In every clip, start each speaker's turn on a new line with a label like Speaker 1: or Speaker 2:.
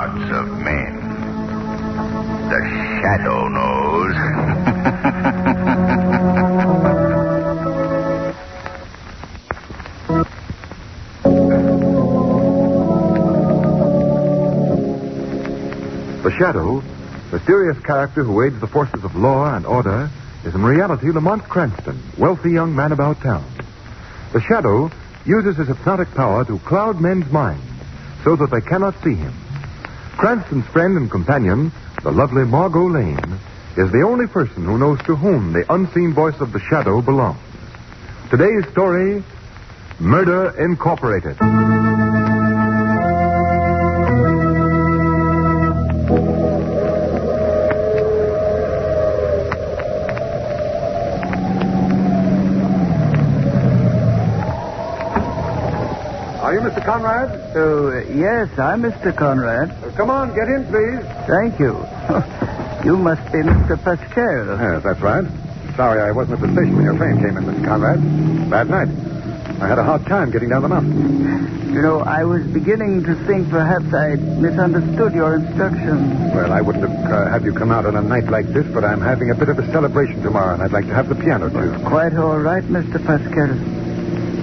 Speaker 1: The shadow, mysterious character who aids the forces of law and order, is in reality Lamont Cranston, wealthy young man about town. The shadow uses his hypnotic power to cloud men's minds so that they cannot see him. Cranston's friend and companion, the lovely Margot Lane, is the only person who knows to whom the unseen voice of the shadow belongs. Today's story Murder Incorporated. Are you Mr. Conrad?
Speaker 2: Oh, uh, yes, I'm Mr. Conrad.
Speaker 1: Uh, come on, get in, please.
Speaker 2: Thank you. you must be Mr. Pascal.
Speaker 1: Yes, that's right. Sorry I wasn't at the station when your train came in, Mr. Conrad. Bad night. I had a hard time getting down the mountain.
Speaker 2: You know, I was beginning to think perhaps I misunderstood your instructions.
Speaker 1: Well, I wouldn't have uh, have you come out on a night like this, but I'm having a bit of a celebration tomorrow, and I'd like to have the piano too.
Speaker 2: Quite all right, Mr. Pascal.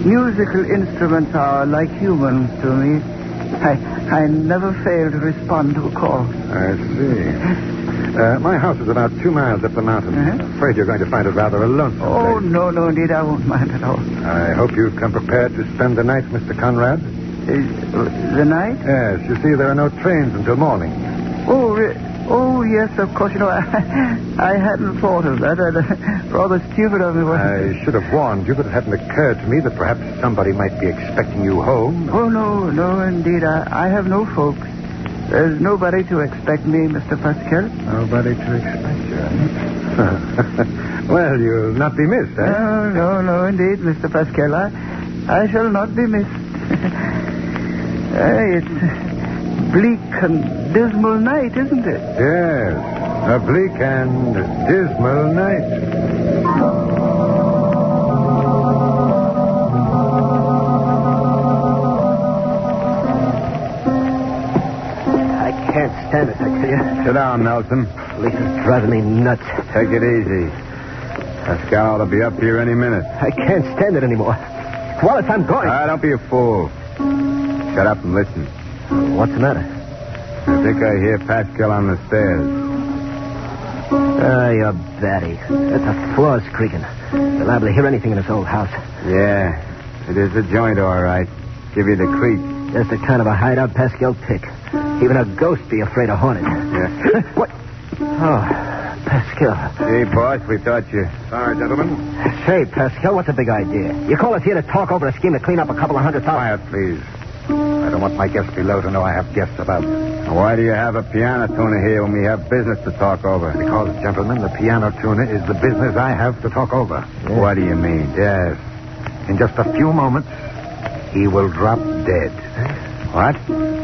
Speaker 2: Musical instruments are like humans to me. I, I never fail to respond to a call.
Speaker 1: I see. Uh, my house is about two miles up the mountain.
Speaker 2: Uh-huh.
Speaker 1: I'm afraid you're going to find it rather a lonesome
Speaker 2: Oh,
Speaker 1: place.
Speaker 2: no, no, indeed, I won't mind at all.
Speaker 1: I hope you've come prepared to spend the night, Mr. Conrad.
Speaker 2: Uh, the night?
Speaker 1: Yes, you see, there are no trains until morning.
Speaker 2: Oh, re- oh yes, of course. You know, I, I hadn't thought of that. I'd, uh, rather stupid of me. wasn't it?
Speaker 1: I should have warned you, but it hadn't occurred to me that perhaps somebody might be expecting you home.
Speaker 2: Oh no, no, indeed. I, I have no folks. There's nobody to expect me, Mr. Pascal.
Speaker 1: Nobody to expect eh? you. well, you'll not be missed, eh?
Speaker 2: No, no, no, indeed, Mr. Pascal. I, I shall not be missed. Eh, it's bleak and dismal night, isn't it?
Speaker 1: Yes. A bleak and dismal night.
Speaker 3: I can't stand it, I tell you.
Speaker 1: Sit down, Nelson.
Speaker 3: Lisa's driving me nuts.
Speaker 1: Take it easy. Pascal will be up here any minute.
Speaker 3: I can't stand it anymore. Wallace, I'm going.
Speaker 1: Ah, don't be a fool. Shut up and listen.
Speaker 3: What's the matter?
Speaker 1: I think I hear Pascal on the stairs.
Speaker 3: Ah, you're batty. That's a floor's creaking. You're liable to hear anything in this old house.
Speaker 1: Yeah, it is a joint, all right. Give you the creep.
Speaker 3: That's the kind of a hideout Pascal pick. Even a ghost be afraid of hornets.
Speaker 1: Yeah.
Speaker 3: what? Oh, Pascal.
Speaker 1: Hey, boss, we thought you. Sorry, gentlemen.
Speaker 3: Say, Pascal, what's the big idea? You call us here to talk over a scheme to clean up a couple of hundred thousand.
Speaker 1: Quiet, please. I don't want my guests below to know I have guests about. Why do you have a piano tuner here when we have business to talk over? Because, gentlemen, the piano tuner is the business I have to talk over. What do you mean? Yes. In just a few moments, he will drop dead. What?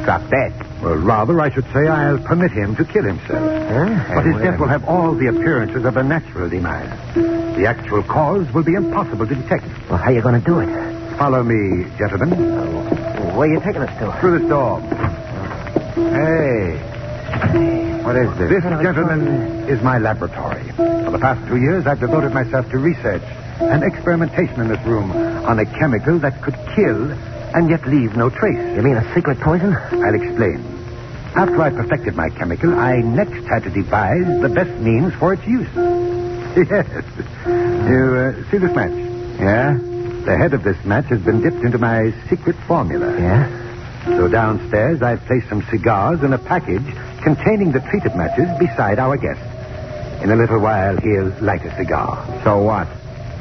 Speaker 1: Drop dead? Well, rather, I should say I'll permit him to kill himself.
Speaker 3: Huh?
Speaker 1: But his death will have all the appearances of a natural demise. The actual cause will be impossible to detect.
Speaker 3: Well, how you going to do it?
Speaker 1: Follow me, gentlemen,
Speaker 3: Where you taking us to?
Speaker 1: through this door. Hey. What is this? This, gentlemen, is my laboratory. For the past two years, I've devoted myself to research and experimentation in this room on a chemical that could kill and yet leave no trace.
Speaker 3: You mean a secret poison?
Speaker 1: I'll explain. After I perfected my chemical, I next had to devise the best means for its use. Yes. You uh, see this match? Yeah? The head of this match has been dipped into my secret formula.
Speaker 3: Yeah?
Speaker 1: So downstairs, I've placed some cigars and a package containing the treated matches beside our guest. In a little while, he'll light a cigar. So what?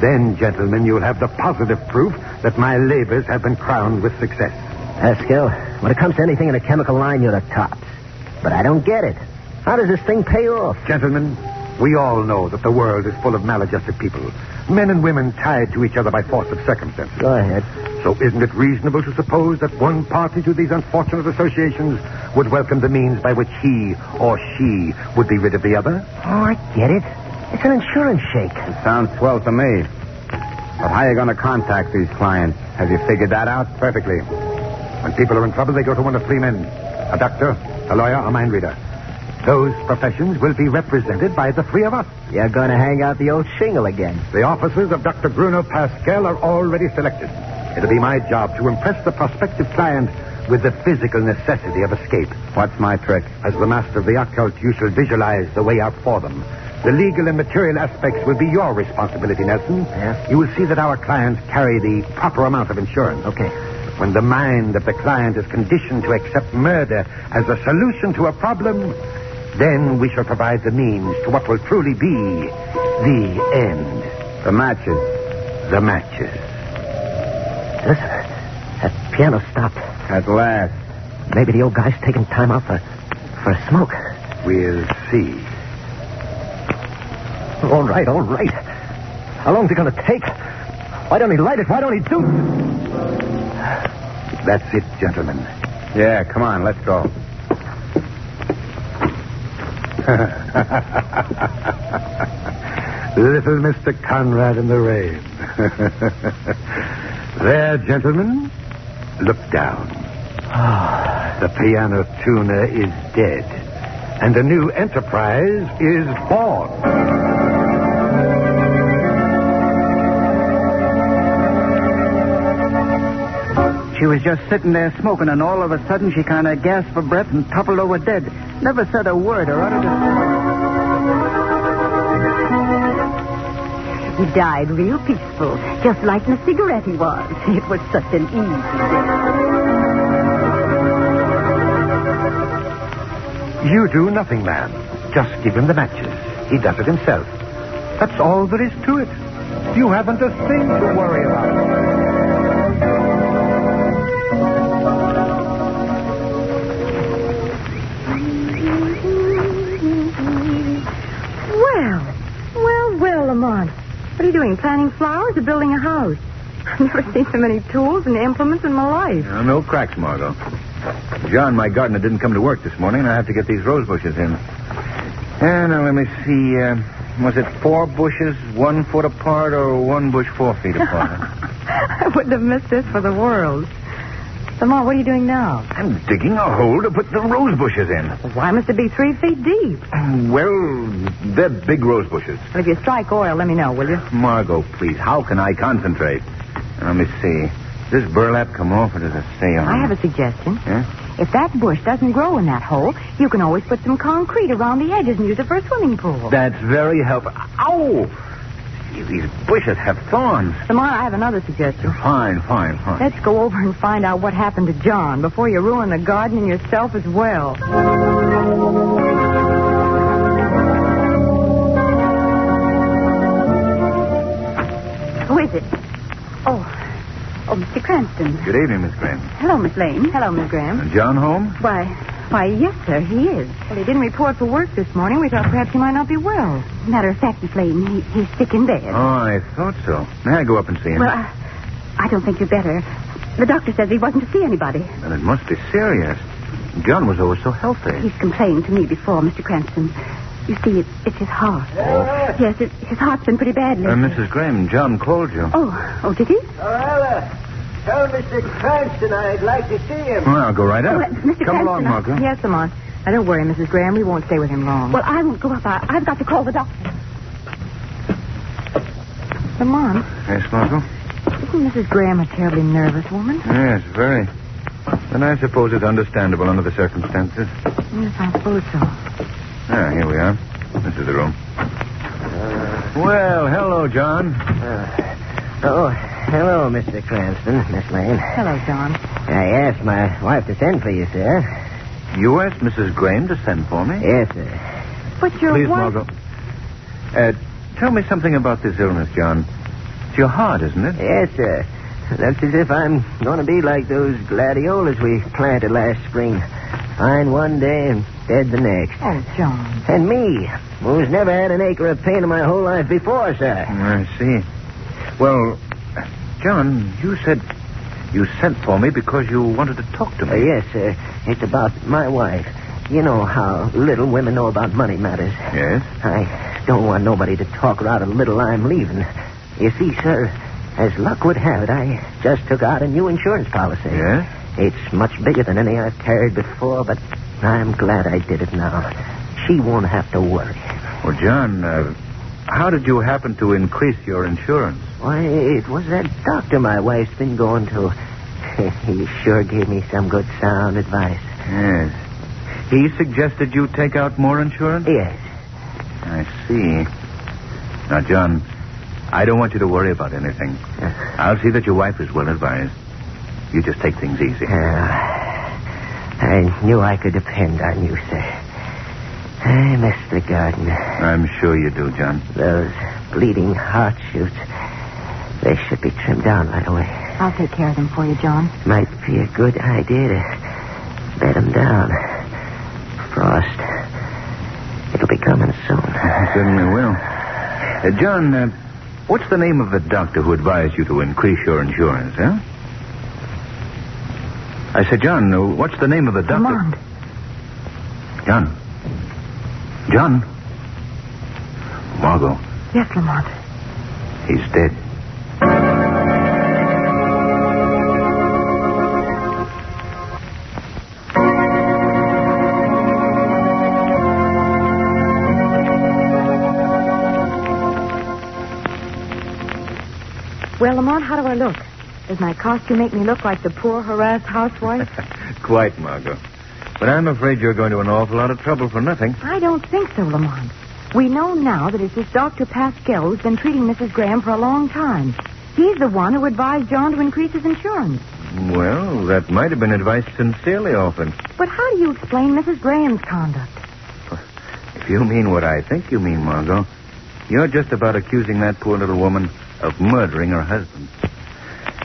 Speaker 1: Then, gentlemen, you'll have the positive proof that my labors have been crowned with success.
Speaker 3: Pascal, when it comes to anything in the chemical line, you're the tops. But I don't get it. How does this thing pay off?
Speaker 1: Gentlemen, we all know that the world is full of maladjusted people, men and women tied to each other by force of circumstances.
Speaker 3: Go ahead.
Speaker 1: So isn't it reasonable to suppose that one party to these unfortunate associations would welcome the means by which he or she would be rid of the other?
Speaker 3: Oh, I get it. It's an insurance shake.
Speaker 1: Sounds swell to me. But how are you going to contact these clients? Have you figured that out? Perfectly. When people are in trouble, they go to one of three men a doctor, a lawyer, a mind reader. Those professions will be represented by the three of us.
Speaker 3: You're going to hang out the old shingle again.
Speaker 1: The officers of Dr. Bruno Pascal are already selected. It'll be my job to impress the prospective client with the physical necessity of escape. What's my trick? As the master of the occult, you shall visualize the way out for them. The legal and material aspects will be your responsibility, Nelson.
Speaker 3: Yes.
Speaker 1: You will see that our clients carry the proper amount of insurance.
Speaker 3: Okay.
Speaker 1: When the mind of the client is conditioned to accept murder as a solution to a problem, then we shall provide the means to what will truly be the end. The matches. The matches.
Speaker 3: Listen, that piano stopped.
Speaker 1: At last.
Speaker 3: Maybe the old guy's taking time out for, for a smoke.
Speaker 1: We'll see.
Speaker 3: All right, all right. How long's it going to take? Why don't he light it? Why don't he do...
Speaker 1: That's it, gentlemen. Yeah, come on, let's go. Little Mr. Conrad in the rain. there, gentlemen. Look down. The piano tuner is dead, and a new enterprise is born.
Speaker 2: She was just sitting there smoking, and all of a sudden she kind of gasped for breath and toppled over dead. Never said a word or uttered a...
Speaker 4: He died real peaceful, just like in a cigarette he was. It was such an easy
Speaker 1: You do nothing, ma'am. Just give him the matches. He does it himself. That's all there is to it. You haven't a thing to worry about.
Speaker 4: day. Well, well, well, Lamont. What are you doing, planting flowers or building a house? I've never seen so many tools and implements in my life.
Speaker 1: no cracks, Margot. John, my gardener, didn't come to work this morning, and I have to get these rose bushes in. And now let me see. Uh, was it four bushes, one foot apart, or one bush four feet apart?
Speaker 4: I wouldn't have missed this for the world. Lamont, what are you doing now?
Speaker 1: I'm digging a hole to put the rose bushes in.
Speaker 4: Why must it be three feet deep?
Speaker 1: Well, they're big rose bushes.
Speaker 4: Well, if you strike oil, let me know, will you?
Speaker 1: Margot, please, how can I concentrate? Let me see. Does this burlap come off or does it stay on?
Speaker 4: I have a suggestion.
Speaker 1: Huh?
Speaker 4: If that bush doesn't grow in that hole, you can always put some concrete around the edges and use it for a swimming pool.
Speaker 1: That's very helpful. Ow! Gee, These bushes have thorns.
Speaker 4: Lamont, I have another suggestion.
Speaker 1: Fine, fine, fine.
Speaker 4: Let's go over and find out what happened to John before you ruin the garden and yourself as well.
Speaker 5: Who is it? Oh, oh, Mr. Cranston.
Speaker 1: Good evening, Miss Graham. Uh,
Speaker 5: Hello, Miss Lane.
Speaker 4: Hello, Miss Graham.
Speaker 1: John home?
Speaker 5: Why,
Speaker 4: Why, yes, sir, he is. Well, he didn't report for work this morning. We thought perhaps he might not be well.
Speaker 5: matter of fact, Miss Lane, he, he's sick in bed.
Speaker 1: Oh, I thought so. May I go up and see him?
Speaker 5: Well, I, I don't think you better. The doctor says he wasn't to see anybody.
Speaker 1: Well, it must be serious. John was always so healthy.
Speaker 5: He's complained to me before, Mr. Cranston. You see, it, it's his heart. Yes, it, his heart's been pretty bad
Speaker 1: Uh,
Speaker 5: lately.
Speaker 1: Mrs. Graham, John called you.
Speaker 5: Oh, oh, did he?
Speaker 2: Tell Mr. Cranston I'd like to see him.
Speaker 1: Well, I'll go right
Speaker 4: Oh,
Speaker 1: up.
Speaker 5: Oh, Well, Mr.
Speaker 1: Come along,
Speaker 5: Cranston,
Speaker 1: Margot.
Speaker 4: Yes, Lamont. Now, don't worry, Mrs. Graham. We won't stay with him long.
Speaker 5: Well, I won't go up. I, I've got to call the doctor.
Speaker 4: Lamont,
Speaker 1: Yes, Margot?
Speaker 4: isn't Mrs. Graham a terribly nervous woman?
Speaker 1: Yes, very. And I suppose it's understandable under the circumstances.
Speaker 4: Yes, I suppose so.
Speaker 1: Ah, here we are. This is the room. Well, hello, John.
Speaker 3: Oh, hello, Mr. Cranston, Miss Lane.
Speaker 4: Hello, John.
Speaker 3: I asked Ah, my wife to send for you, sir.
Speaker 1: You asked Mrs. Graham to send for me?
Speaker 3: Yes, sir.
Speaker 4: But your
Speaker 1: Please,
Speaker 4: wife...
Speaker 1: Margot. Uh, tell me something about this illness, John. It's your heart, isn't it?
Speaker 3: Yes, sir. Looks as if I'm going to be like those gladiolas we planted last spring. Fine one day and dead the next.
Speaker 4: Oh, John.
Speaker 3: And me, who's never had an acre of pain in my whole life before, sir.
Speaker 1: I see. Well, John, you said you sent for me because you wanted to talk to
Speaker 3: Uh,
Speaker 1: me.
Speaker 3: yes, sir. It's about my wife. You know how little women know about money matters.
Speaker 1: Yes?
Speaker 3: I don't want nobody to talk her out of the little I'm leaving. You see, sir, as luck would have it, I just took out a new insurance policy.
Speaker 1: Yes?
Speaker 3: It's much bigger than any I've carried before, but I'm glad I did it now. She won't have to worry.
Speaker 1: Well, John, uh, how did you happen to increase your insurance?
Speaker 3: Why, it was that doctor my wife's been going to. he sure gave me some good sound advice.
Speaker 6: Yes. He suggested you take out more insurance?
Speaker 3: Yes.
Speaker 6: I see. Now, John, I don't want you to worry about anything. I'll see that your wife is well advised. You just take things easy.
Speaker 3: Uh, I knew I could depend on you, sir. I miss the garden.
Speaker 6: I'm sure you do, John.
Speaker 3: Those bleeding heart shoots. They should be trimmed down right away.
Speaker 5: I'll take care of them for you, John.
Speaker 3: Might be a good idea to bed 'em down. Frost. It'll be coming soon.
Speaker 6: Certainly will. Uh, John, uh, what's the name of the doctor who advised you to increase your insurance, huh? I said, John, uh, what's the name of the doctor?
Speaker 5: Lamond.
Speaker 6: John. John. Margot,
Speaker 5: Yes, Lamont.
Speaker 6: he's dead.
Speaker 4: Well, Lamont, how do I look? Does my costume make me look like the poor, harassed housewife?
Speaker 6: Quite, Margot. But I'm afraid you're going to an awful lot of trouble for nothing.
Speaker 4: I don't think so, Lamont. We know now that it's this Dr. Pascal who's been treating Mrs. Graham for a long time. He's the one who advised John to increase his insurance.
Speaker 6: Well, that might have been advice sincerely offered.
Speaker 4: But how do you explain Mrs. Graham's conduct?
Speaker 6: If you mean what I think you mean, Margot, you're just about accusing that poor little woman of murdering her husband.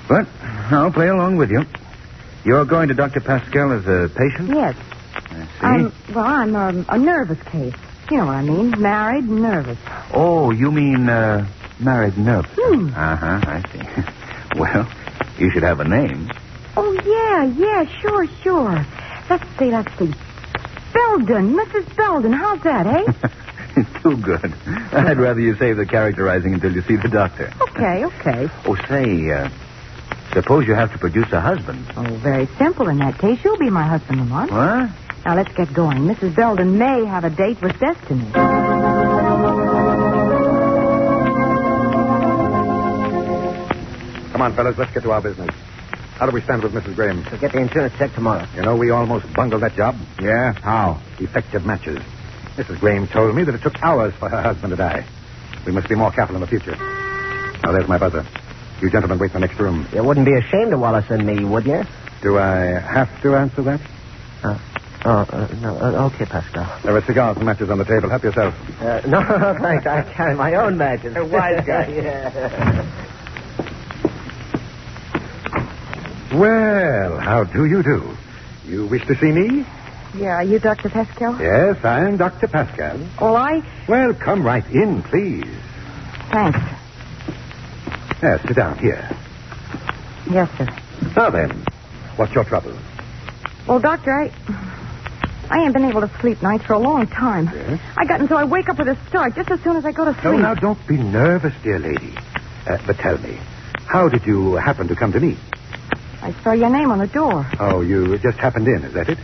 Speaker 6: But I'll play along with you. You're going to Dr. Pascal as a patient?
Speaker 4: Yes.
Speaker 6: I see.
Speaker 4: I'm, well, I'm um, a nervous case. You know what I mean? Married, nervous.
Speaker 6: Oh, you mean uh, married nerve?
Speaker 4: Hmm.
Speaker 6: Uh huh, I see. well, you should have a name.
Speaker 4: Oh, yeah, yeah, sure, sure. Let's see, let's see. Belden, Mrs. Belden, how's that, eh?
Speaker 6: Too good. I'd rather you save the characterizing until you see the doctor.
Speaker 4: okay, okay.
Speaker 6: Oh, say, uh, suppose you have to produce a husband.
Speaker 4: Oh, very simple in that case. You'll be my husband, Lamont.
Speaker 6: What?
Speaker 4: Now, let's get going. Mrs. Belden may have a date with destiny.
Speaker 1: Come on, fellas, let's get to our business. How do we stand with Mrs. Graham?
Speaker 3: We'll get the insurance check tomorrow.
Speaker 1: You know, we almost bungled that job.
Speaker 6: Yeah?
Speaker 1: How? Defective matches. Mrs. Graham told me that it took hours for her husband to die. We must be more careful in the future. Now, there's my buzzer. You gentlemen wait in the next room.
Speaker 3: You wouldn't be ashamed of Wallace and me, would you?
Speaker 1: Do I have to answer that?
Speaker 3: Uh, oh, uh, no. Uh, okay, Pascal.
Speaker 1: There are cigars and matches on the table. Help yourself.
Speaker 3: Uh, no, thanks. I carry my own matches. A wise guy. yeah.
Speaker 1: Well, how do you do? You wish to see me?
Speaker 4: Yeah, are you Dr. Pascal?
Speaker 1: Yes, I'm Dr. Pascal.
Speaker 4: Oh, I.
Speaker 1: Well, come right in, please.
Speaker 4: Thanks.
Speaker 1: Yes, sit down here.
Speaker 4: Yes, sir.
Speaker 1: Now then, what's your trouble?
Speaker 4: Well, Doctor, I. I ain't been able to sleep nights for a long time.
Speaker 1: Yes?
Speaker 4: I got until I wake up with a start just as soon as I go to
Speaker 1: No,
Speaker 4: sleep.
Speaker 1: now don't be nervous, dear lady. Uh, but tell me, how did you happen to come to me?
Speaker 4: I saw your name on the door.
Speaker 1: Oh, you just happened in, is that it?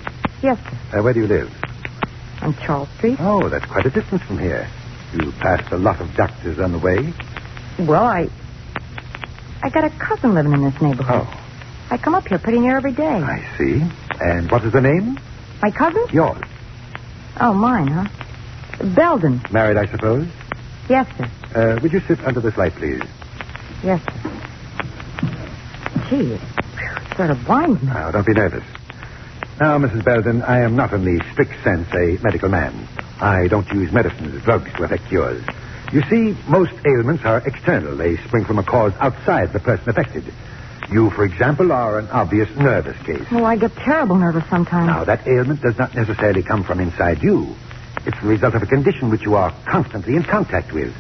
Speaker 4: Yes, sir.
Speaker 1: Uh, where do you live?
Speaker 4: On Charles Street.
Speaker 1: Oh, that's quite a distance from here. You passed a lot of doctors on the way.
Speaker 4: Well, I. I got a cousin living in this neighborhood.
Speaker 1: Oh,
Speaker 4: I come up here pretty near every day.
Speaker 1: I see. And what is the name?
Speaker 4: My cousin?
Speaker 1: Yours.
Speaker 4: Oh, mine, huh? Belden.
Speaker 1: Married, I suppose.
Speaker 4: Yes, sir.
Speaker 1: Uh, would you sit under this light, please?
Speaker 4: Yes, sir. Gee, it sort of blinds me.
Speaker 1: Now, don't be nervous. Now, Mrs. Belden, I am not in the strict sense a medical man. I don't use medicines or drugs to effect cures. You see, most ailments are external. They spring from a cause outside the person affected. You, for example, are an obvious nervous case.
Speaker 4: Oh, I get terrible nervous sometimes.
Speaker 1: Now, that ailment does not necessarily come from inside you. It's the result of a condition which you are constantly in contact with.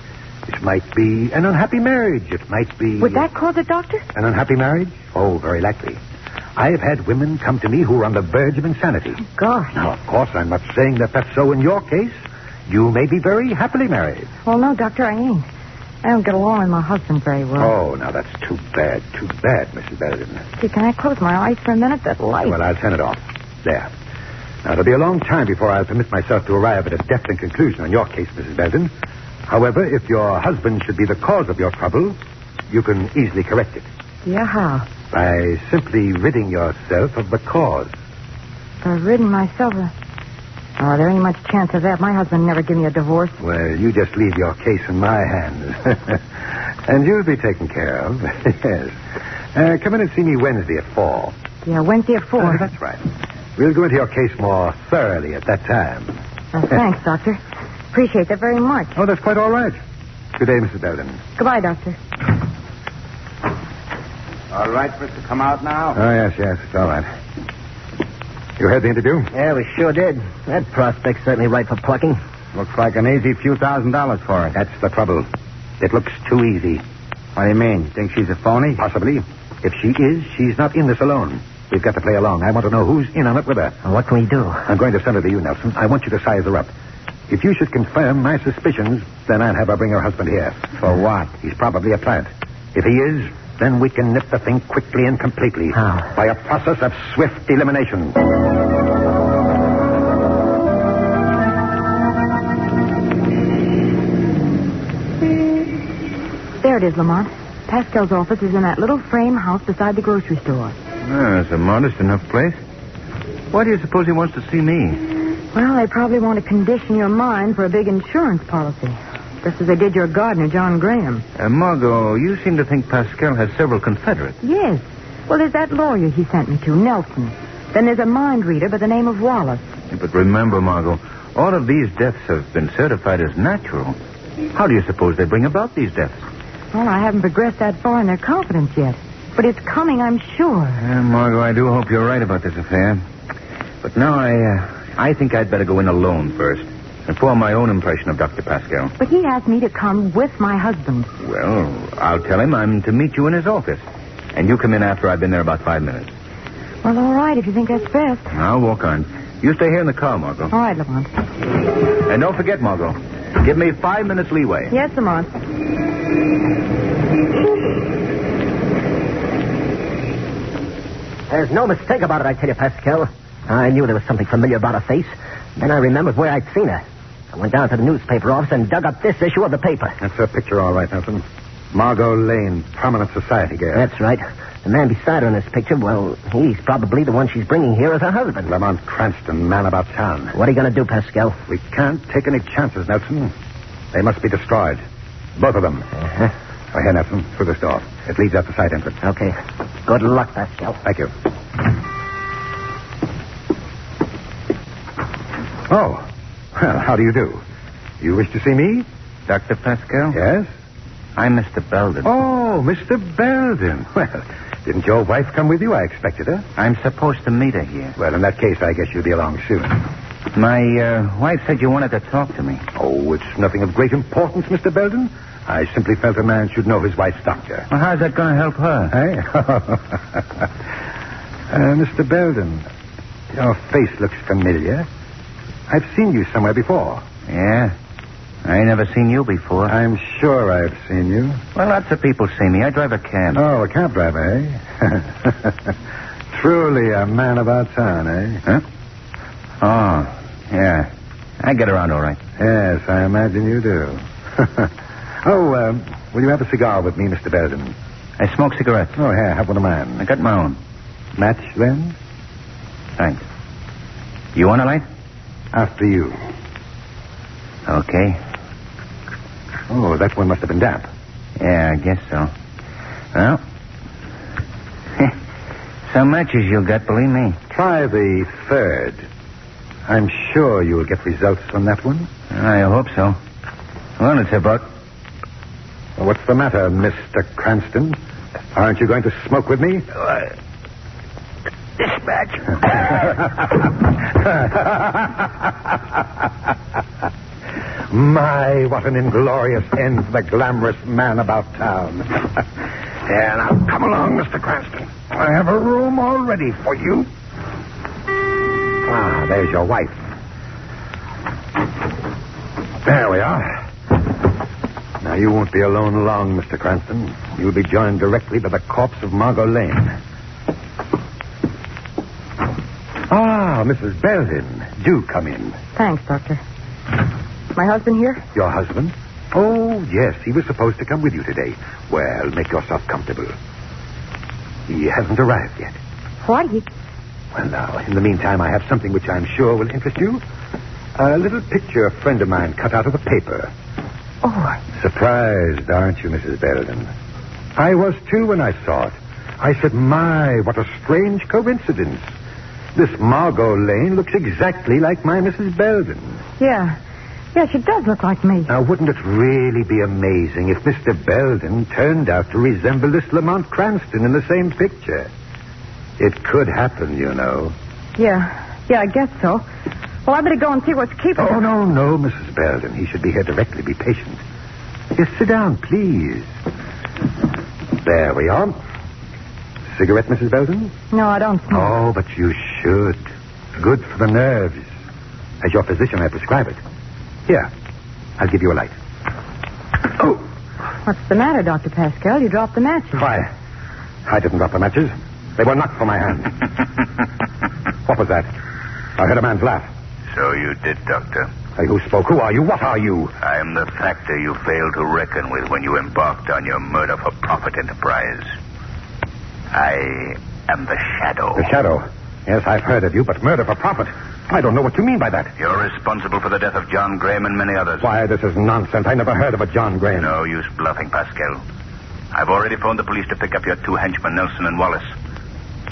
Speaker 1: It might be an unhappy marriage. It might be.
Speaker 4: Would that cause it, Doctor?
Speaker 1: An unhappy marriage? Oh, very likely. I have had women come to me who are on the verge of insanity.
Speaker 4: Gosh.
Speaker 1: Now, of course, I'm not saying that that's so in your case. You may be very happily married.
Speaker 4: Well, no, Doctor, I ain't. I don't get along with my husband very well.
Speaker 1: Oh, now that's too bad, too bad, Mrs. Belden.
Speaker 4: Gee, can I close my eyes for a minute? That light.
Speaker 1: Oh. Well, I'll turn it off. There. Now, it'll be a long time before I'll permit myself to arrive at a definite conclusion on your case, Mrs. Belden. However, if your husband should be the cause of your trouble, you can easily correct it.
Speaker 4: Dear, how?
Speaker 1: By simply ridding yourself of the cause.
Speaker 4: I've ridden myself. of- Oh, there ain't much chance of that. My husband never give me a divorce.
Speaker 1: Well, you just leave your case in my hands. and you'll be taken care of. yes. Uh, come in and see me Wednesday at 4.
Speaker 4: Yeah, Wednesday at four.
Speaker 1: Oh, that's right. We'll go into your case more thoroughly at that time.
Speaker 4: Uh, thanks, Doctor. Appreciate that very much.
Speaker 1: Oh, that's quite all right. Good day, Mrs. Belden.
Speaker 4: Goodbye, Doctor.
Speaker 6: All right for us to come out now?
Speaker 1: Oh, yes, yes. It's all right. You had the interview?
Speaker 3: Yeah, we sure did. That prospect's certainly ripe for plucking.
Speaker 6: Looks like an easy few thousand dollars for it.
Speaker 1: That's the trouble. It looks too easy.
Speaker 6: What do you mean? You think she's a phony?
Speaker 1: Possibly. If she is, she's not in this alone. We've got to play along. I want to know who's in on it with her.
Speaker 3: What can we do?
Speaker 1: I'm going to send her to you, Nelson. I want you to size her up. If you should confirm my suspicions, then I'll have her bring her husband here. For what? He's probably a plant. If he is, then we can nip the thing quickly and completely.
Speaker 3: How?
Speaker 1: By a process of swift elimination.
Speaker 4: There it is, Lamont. Pascal's office is in that little frame house beside the grocery store.
Speaker 6: Oh, it's a modest enough place. Why do you suppose he wants to see me?
Speaker 4: Well, they probably want to condition your mind for a big insurance policy, just as they did your gardener, John Graham.
Speaker 6: Uh, Margot, you seem to think Pascal has several confederates.
Speaker 4: Yes. Well, there's that lawyer he sent me to, Nelson. Then there's a mind reader by the name of Wallace.
Speaker 6: But remember, Margot, all of these deaths have been certified as natural. How do you suppose they bring about these deaths?
Speaker 4: Well, I haven't progressed that far in their confidence yet, but it's coming, I'm sure.
Speaker 6: Uh, Margot, I do hope you're right about this affair. But now I, uh, I think I'd better go in alone first and form my own impression of Dr. Pascal.
Speaker 4: But he asked me to come with my husband.
Speaker 6: Well, I'll tell him I'm to meet you in his office. And you come in after I've been there about five minutes.
Speaker 4: Well, all right, if you think that's best.
Speaker 6: I'll walk on. You stay here in the car, Margot.
Speaker 4: All right, Lamont.
Speaker 6: And don't forget, Margot, give me five minutes leeway.
Speaker 4: Yes, Lamont.
Speaker 3: There's no mistake about it, I tell you, Pascal. I knew there was something familiar about her face. Then I remembered where I'd seen her. I went down to the newspaper office and dug up this issue of the paper.
Speaker 1: That's her picture, all right, Nelson. Margot Lane, prominent society girl.
Speaker 3: That's right. The man beside her in this picture, well, he's probably the one she's bringing here as her husband.
Speaker 1: Lamont Cranston, man about town.
Speaker 3: What are you going to do, Pascal?
Speaker 1: We can't take any chances, Nelson. They must be destroyed. Both of them.
Speaker 3: Uh-huh.
Speaker 1: Oh, here, Nelson, through this door. It leads out the side entrance.
Speaker 3: Okay. Good luck, Pascal.
Speaker 1: Thank you. Oh. Well, how do you do? You wish to see me?
Speaker 6: Dr. Pascal?
Speaker 1: Yes?
Speaker 6: I'm Mr. Belden.
Speaker 1: Oh, Mr. Belden. Well, didn't your wife come with you? I expected her.
Speaker 6: I'm supposed to meet her here.
Speaker 1: Well, in that case, I guess you'll be along soon.
Speaker 6: My uh, wife said you wanted to talk to me.
Speaker 1: Oh, it's nothing of great importance, Mr. Belden. I simply felt a man should know his wife's doctor.
Speaker 6: Well, how's that going to help her?
Speaker 1: Hey? uh, Mr. Belden, your face looks familiar. I've seen you somewhere before.
Speaker 6: Yeah. I ain't never seen you before.
Speaker 1: I'm sure I've seen you.
Speaker 6: Well, lots of people see me. I drive a cab.
Speaker 1: Oh, a cab driver, eh? Truly a man about town, eh?
Speaker 6: Huh? Oh, yeah. I get around all right.
Speaker 1: Yes, I imagine you do. oh, um, will you have a cigar with me, Mr. Belden?
Speaker 6: I smoke cigarettes.
Speaker 1: Oh, here, have one of
Speaker 6: I
Speaker 1: mine.
Speaker 6: got my own.
Speaker 1: Match, then?
Speaker 6: Thanks. You want a light?
Speaker 1: After you.
Speaker 6: Okay.
Speaker 1: Oh, that one must have been damp.
Speaker 6: Yeah, I guess so. Well, so much as you got, believe me.
Speaker 1: Try the third. I'm sure you'll get results on that one.
Speaker 6: I hope so. Well, it's about.
Speaker 1: Well, What's the matter, Mr. Cranston? Aren't you going to smoke with me?
Speaker 6: This match.
Speaker 1: My, what an inglorious end for the glamorous man about town. yeah, now come along, Mr. Cranston. I have a room all ready for you. Ah, there's your wife. There we are. Now, you won't be alone long, Mr. Cranston. You'll be joined directly by the corpse of Margot Lane. Ah, Mrs. Belden, do come in.
Speaker 4: Thanks, Doctor. My husband here?
Speaker 1: Your husband? Oh, yes, he was supposed to come with you today. Well, make yourself comfortable. He hasn't arrived yet.
Speaker 4: What? He...
Speaker 1: Well, now, in the meantime, I have something which I'm sure will interest you. A little picture a friend of mine cut out of the paper.
Speaker 4: Oh,
Speaker 1: Surprised, aren't you, Mrs. Belden? I was too when I saw it. I said, my, what a strange coincidence. This Margot Lane looks exactly like my Mrs. Belden.
Speaker 4: yeah. Yeah, she does look like me.
Speaker 1: Now, wouldn't it really be amazing if Mr. Belden turned out to resemble this Lamont Cranston in the same picture? It could happen, you know.
Speaker 4: Yeah. Yeah, I guess so. Well, I better go and see what's keeping
Speaker 1: Oh,
Speaker 4: her.
Speaker 1: no, no, Mrs. Belden. He should be here directly. Be patient. Yes, sit down, please. There we are. Cigarette, Mrs. Belden?
Speaker 4: No, I don't smoke.
Speaker 1: Oh, but you should. Good for the nerves. As your physician, I prescribe it. Here, I'll give you a light. Oh,
Speaker 4: What's the matter, Dr. Pascal? You dropped the matches.
Speaker 1: why? I didn't drop the matches. They were not for my hand. what was that? I heard a man's laugh.
Speaker 6: so you did, Doctor.
Speaker 1: Hey, who spoke? Who are you? What are you?
Speaker 6: I am the factor you failed to reckon with when you embarked on your murder for profit enterprise. I am the shadow.
Speaker 1: The Shadow. Yes, I've heard of you, but murder for profit. I don't know what you mean by that.
Speaker 6: You're responsible for the death of John Graham and many others.
Speaker 1: Why, this is nonsense. I never heard of a John Graham.
Speaker 6: No use bluffing, Pascal. I've already phoned the police to pick up your two henchmen, Nelson and Wallace.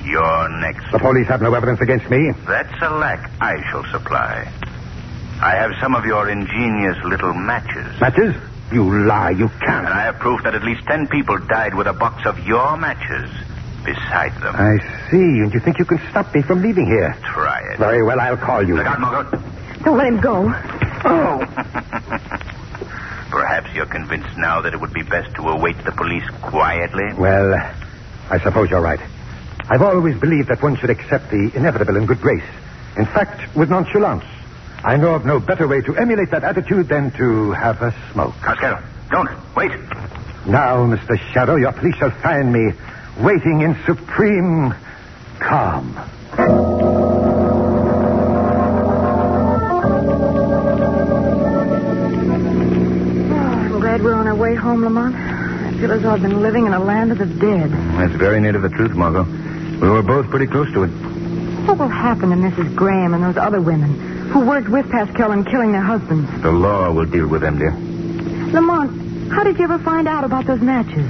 Speaker 6: You're next.
Speaker 1: The police have no evidence against me.
Speaker 6: That's a lack I shall supply. I have some of your ingenious little matches.
Speaker 1: Matches? You lie. You
Speaker 6: And
Speaker 1: can't.
Speaker 6: I have proof that at least ten people died with a box of your matches beside them.
Speaker 1: I see. And you think you can stop me from leaving here?
Speaker 6: Try it.
Speaker 1: Very well, I'll call you.
Speaker 6: Look out, Margot.
Speaker 4: Don't let him go.
Speaker 6: Oh. Perhaps you're convinced now that it would be best to await the police quietly.
Speaker 1: Well, I suppose you're right. I've always believed that one should accept the inevitable in good grace. In fact, with nonchalance. I know of no better way to emulate that attitude than to have a smoke.
Speaker 6: Pascal, don't. Wait.
Speaker 1: Now, Mr. Shadow, your police shall find me waiting in supreme calm.
Speaker 4: Oh, I'm glad we're on our way home, Lamont. I feel as though I've been living in a land of the dead.
Speaker 6: That's very near to the truth, Margot. We were both pretty close to it.
Speaker 4: What will happen to Mrs. Graham and those other women who worked with Pascal in killing their husbands?
Speaker 6: The law will deal with them, dear.
Speaker 4: Lamont, how did you ever find out about those matches?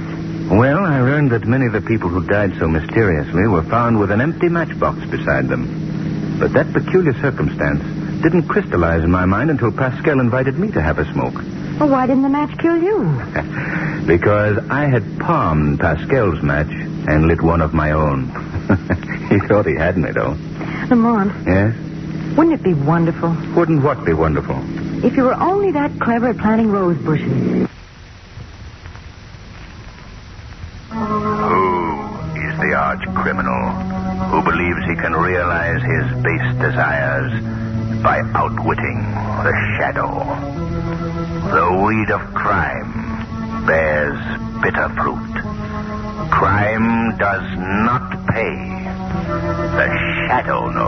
Speaker 6: Well, I learned that many of the people who died so mysteriously were found with an empty matchbox beside them. But that peculiar circumstance didn't crystallize in my mind until Pascal invited me to have a smoke.
Speaker 4: Well, why didn't the match kill you?
Speaker 6: because I had palmed Pascal's match and lit one of my own. he thought he had me, though.
Speaker 4: Lamont,
Speaker 6: Yes?
Speaker 4: wouldn't it be wonderful
Speaker 6: Wouldn't what be wonderful?
Speaker 4: if you were only that clever at planting rose bushes?
Speaker 6: Who is the arch criminal who believes he can realize his base desires by outwitting the shadow? The weed of crime bears bitter fruit. Crime does not pay. The shadow knows.